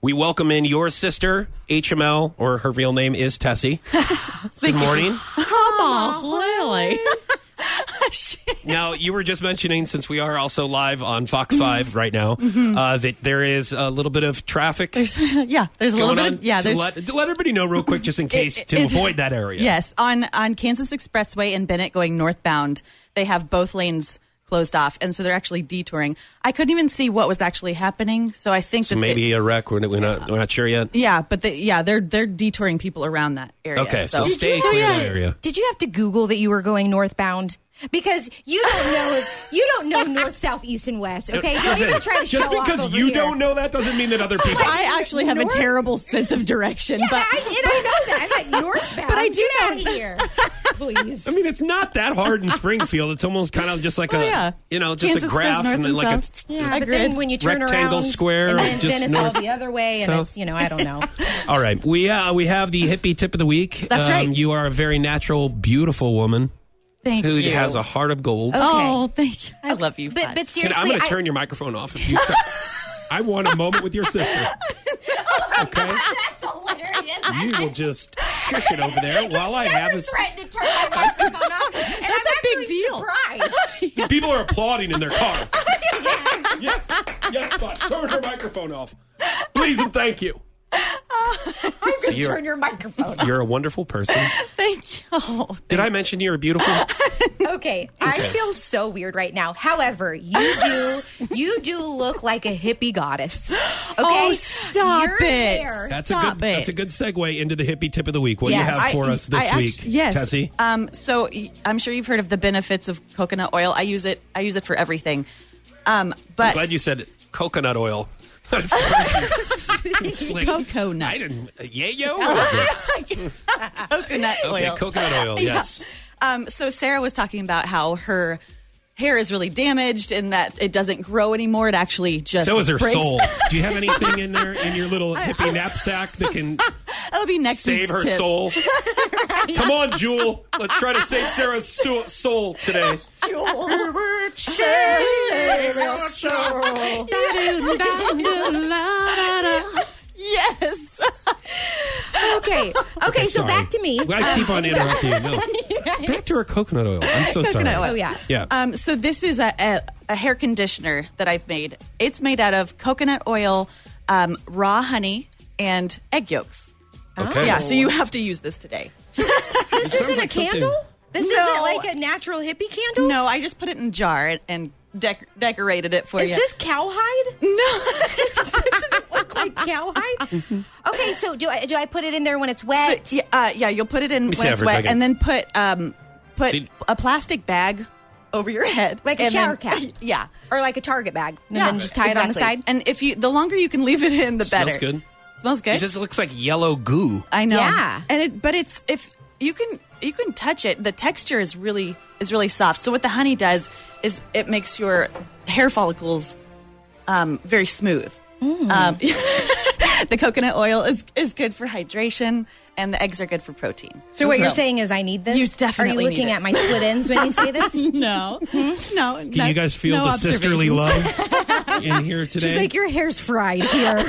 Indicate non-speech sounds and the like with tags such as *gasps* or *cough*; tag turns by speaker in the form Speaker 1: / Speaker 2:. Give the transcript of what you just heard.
Speaker 1: We welcome in your sister, HML, or her real name is
Speaker 2: *laughs*
Speaker 1: Tessie. Good morning.
Speaker 2: Lily.
Speaker 1: Now, you were just mentioning, since we are also live on Fox
Speaker 2: Mm-hmm.
Speaker 1: 5 right now, uh, that there is a little bit of traffic
Speaker 3: *laughs*
Speaker 2: yeah, Mm-hmm. there's a little
Speaker 1: going
Speaker 2: bit.
Speaker 1: on.
Speaker 2: Of, yeah,
Speaker 1: to
Speaker 2: there's
Speaker 1: let, to let everybody know real quick, just in case,
Speaker 2: *laughs* It-
Speaker 1: to
Speaker 2: it-
Speaker 1: avoid that area.
Speaker 2: yes on on Kansas Expressway and Bennett going northbound. They have both lanes closed off, and so they're actually detouring. I couldn't even see what was actually happening, so I think
Speaker 1: So
Speaker 2: that they-
Speaker 1: maybe a wreck. We're, we're not we're not sure yet.
Speaker 2: yeah, but they, yeah, they're they're detouring people around that area.
Speaker 1: Okay,
Speaker 2: so,
Speaker 1: so- Stay clear of that area.
Speaker 3: Did you have to Google that you were going northbound? Because you don't know if, you don't know north, south, east, and west. Okay, don't
Speaker 1: Listen,
Speaker 3: even try to
Speaker 1: just
Speaker 3: show off
Speaker 1: because
Speaker 3: over
Speaker 1: you
Speaker 3: here.
Speaker 1: don't know that doesn't mean that
Speaker 2: *laughs*
Speaker 1: other people.
Speaker 2: I actually have
Speaker 3: North-
Speaker 2: a terrible sense of direction,
Speaker 3: Yeah,
Speaker 2: but
Speaker 3: *laughs* I, and I know that.
Speaker 1: *laughs*
Speaker 3: I'm at northbound.
Speaker 2: But I do
Speaker 3: Get
Speaker 2: know-
Speaker 3: out of here, please.
Speaker 1: I mean, it's not that hard in Springfield. It's almost kind of just like
Speaker 2: Oh,
Speaker 1: a
Speaker 2: yeah.
Speaker 1: you know just
Speaker 2: Kansas
Speaker 1: a
Speaker 2: goes
Speaker 1: graph
Speaker 2: north
Speaker 1: and then
Speaker 2: and
Speaker 1: like
Speaker 2: south.
Speaker 1: a.
Speaker 2: Yeah.
Speaker 3: but then
Speaker 2: Agreed.
Speaker 3: when you turn
Speaker 1: Rectangle,
Speaker 3: around,
Speaker 1: square,
Speaker 3: and
Speaker 1: or
Speaker 3: then,
Speaker 1: just
Speaker 3: then it's
Speaker 1: north,
Speaker 3: all the other way, and
Speaker 1: south.
Speaker 3: it's you know I
Speaker 1: *laughs*
Speaker 3: don't know.
Speaker 1: All right, we uh, we have the hippie tip of the week. Um,
Speaker 2: That's right.
Speaker 1: You are a very natural, beautiful woman
Speaker 2: thank
Speaker 1: who
Speaker 2: you.
Speaker 1: has a heart of gold.
Speaker 2: oh, thank you. I love you.
Speaker 3: But
Speaker 2: bud.
Speaker 3: but
Speaker 1: Can-
Speaker 3: seriously,
Speaker 1: I'm going to
Speaker 3: I-
Speaker 1: turn your microphone off if you.
Speaker 2: *laughs*
Speaker 1: Start. I want a moment with your sister. Okay,
Speaker 3: *laughs* that's hilarious. I
Speaker 1: you will just shush it over there while I have this.
Speaker 3: threatened to turn my *laughs*
Speaker 1: *laughs*
Speaker 3: microphone off,
Speaker 2: That's
Speaker 3: and I'm
Speaker 2: a big
Speaker 3: actually
Speaker 2: deal.
Speaker 3: Surprised.
Speaker 1: People are applauding in their
Speaker 2: *laughs*
Speaker 1: car.
Speaker 2: Oh,
Speaker 1: yes, yes, but turn her microphone off, please and thank you.
Speaker 3: I'm going to
Speaker 1: you're-
Speaker 3: turn your microphone.
Speaker 1: You're a wonderful person.
Speaker 2: thank you. Oh,
Speaker 1: Did I mention you're beautiful?
Speaker 3: Okay, I feel so weird right now. However, you do you do look like a
Speaker 2: *gasps*
Speaker 3: hippie goddess. Okay,
Speaker 2: Oh, stop
Speaker 3: your
Speaker 2: it.
Speaker 3: Hair,
Speaker 1: That's a
Speaker 2: Stop
Speaker 1: good.
Speaker 2: it.
Speaker 1: That's a good segue into the hippie tip of the week. What do
Speaker 3: Yes.
Speaker 1: you have for us this
Speaker 2: I
Speaker 1: week,
Speaker 2: actu- yes.
Speaker 1: Tessie?
Speaker 2: Um, so y- I'm sure you've heard of the benefits of coconut oil. I use it. I use it for everything. Um, but
Speaker 1: Glad you said coconut
Speaker 2: *laughs*
Speaker 1: oil. It's like,
Speaker 2: coconut,
Speaker 1: I didn't. uh, Yeah, yo. Yes.
Speaker 2: coconut
Speaker 1: *laughs* Okay,
Speaker 2: oil.
Speaker 1: coconut oil. Yes.
Speaker 2: um, so Sarah was talking about how her hair is really damaged and that it doesn't grow anymore. It actually just
Speaker 1: So is her
Speaker 2: breaks.
Speaker 1: soul. Do you have anything in there in your little hippie knapsack that can
Speaker 2: *laughs* That'll be
Speaker 1: *laughs*
Speaker 2: next
Speaker 1: save
Speaker 2: week's
Speaker 1: her
Speaker 2: tip.
Speaker 1: soul?
Speaker 2: *laughs*
Speaker 1: Come on, Jewel. Let's try to save
Speaker 2: *laughs*
Speaker 1: Sarah's so- soul today.
Speaker 2: Yes. *laughs*
Speaker 3: okay, okay. So
Speaker 1: Sorry.
Speaker 3: back to me.
Speaker 1: I keep
Speaker 2: Um,
Speaker 1: on interrupting you. No. Back to her coconut oil. I'm so sorry.
Speaker 2: oil.
Speaker 3: Oh yeah.
Speaker 1: Yeah.
Speaker 2: Um, so this is a, a, a hair conditioner that I've made. It's made out of coconut oil, um, raw honey, and egg yolks.
Speaker 1: okay. Oh.
Speaker 2: Yeah, so you have to use this today.
Speaker 3: This
Speaker 1: sounds
Speaker 3: isn't
Speaker 1: like
Speaker 3: a
Speaker 1: something-
Speaker 3: candle. This
Speaker 2: No.
Speaker 3: isn't like a natural hippie candle.
Speaker 2: No, I just put it in a jar and, and dec- decorated it for
Speaker 3: Is
Speaker 2: you.
Speaker 3: this cowhide?
Speaker 2: no?
Speaker 3: *laughs* Doesn't it look
Speaker 2: *laughs*
Speaker 3: like cowhide? Okay, so do I do I put it in there when it's wet?
Speaker 2: yeah, uh, yeah, you'll put it in
Speaker 1: see
Speaker 2: when
Speaker 1: that
Speaker 2: it's
Speaker 1: for a
Speaker 2: wet,
Speaker 1: second.
Speaker 2: and then put um, put
Speaker 1: See-
Speaker 2: a plastic bag over your head,
Speaker 3: Like a
Speaker 2: and then-
Speaker 3: shower cap.
Speaker 2: *laughs* Yeah.
Speaker 3: Or like a Target bag, and
Speaker 2: Yeah,
Speaker 3: then just tie it on the
Speaker 2: exactly.
Speaker 3: side.
Speaker 2: And if you, the longer you can leave it in, the
Speaker 1: Smells
Speaker 2: better.
Speaker 1: good.
Speaker 2: Smells good.
Speaker 1: It just looks like yellow goo.
Speaker 2: I know.
Speaker 3: Yeah.
Speaker 2: And it, but it's if you can you can touch it. The texture is really is really soft. So what the honey does is it makes your hair follicles um, very smooth.
Speaker 3: Mm.
Speaker 2: Um, *laughs* the coconut oil is is good for hydration, and the eggs are good for protein.
Speaker 3: So what you're saying is I need this?
Speaker 2: You definitely
Speaker 3: Are you
Speaker 2: need
Speaker 3: looking
Speaker 2: it.
Speaker 3: at my split ends when you say
Speaker 2: *laughs*
Speaker 3: this?
Speaker 2: No,
Speaker 3: Hmm?
Speaker 2: no.
Speaker 1: Can
Speaker 2: *laughs*
Speaker 1: you guys feel the sisterly love in here today?
Speaker 3: She's like, your hair's fried here.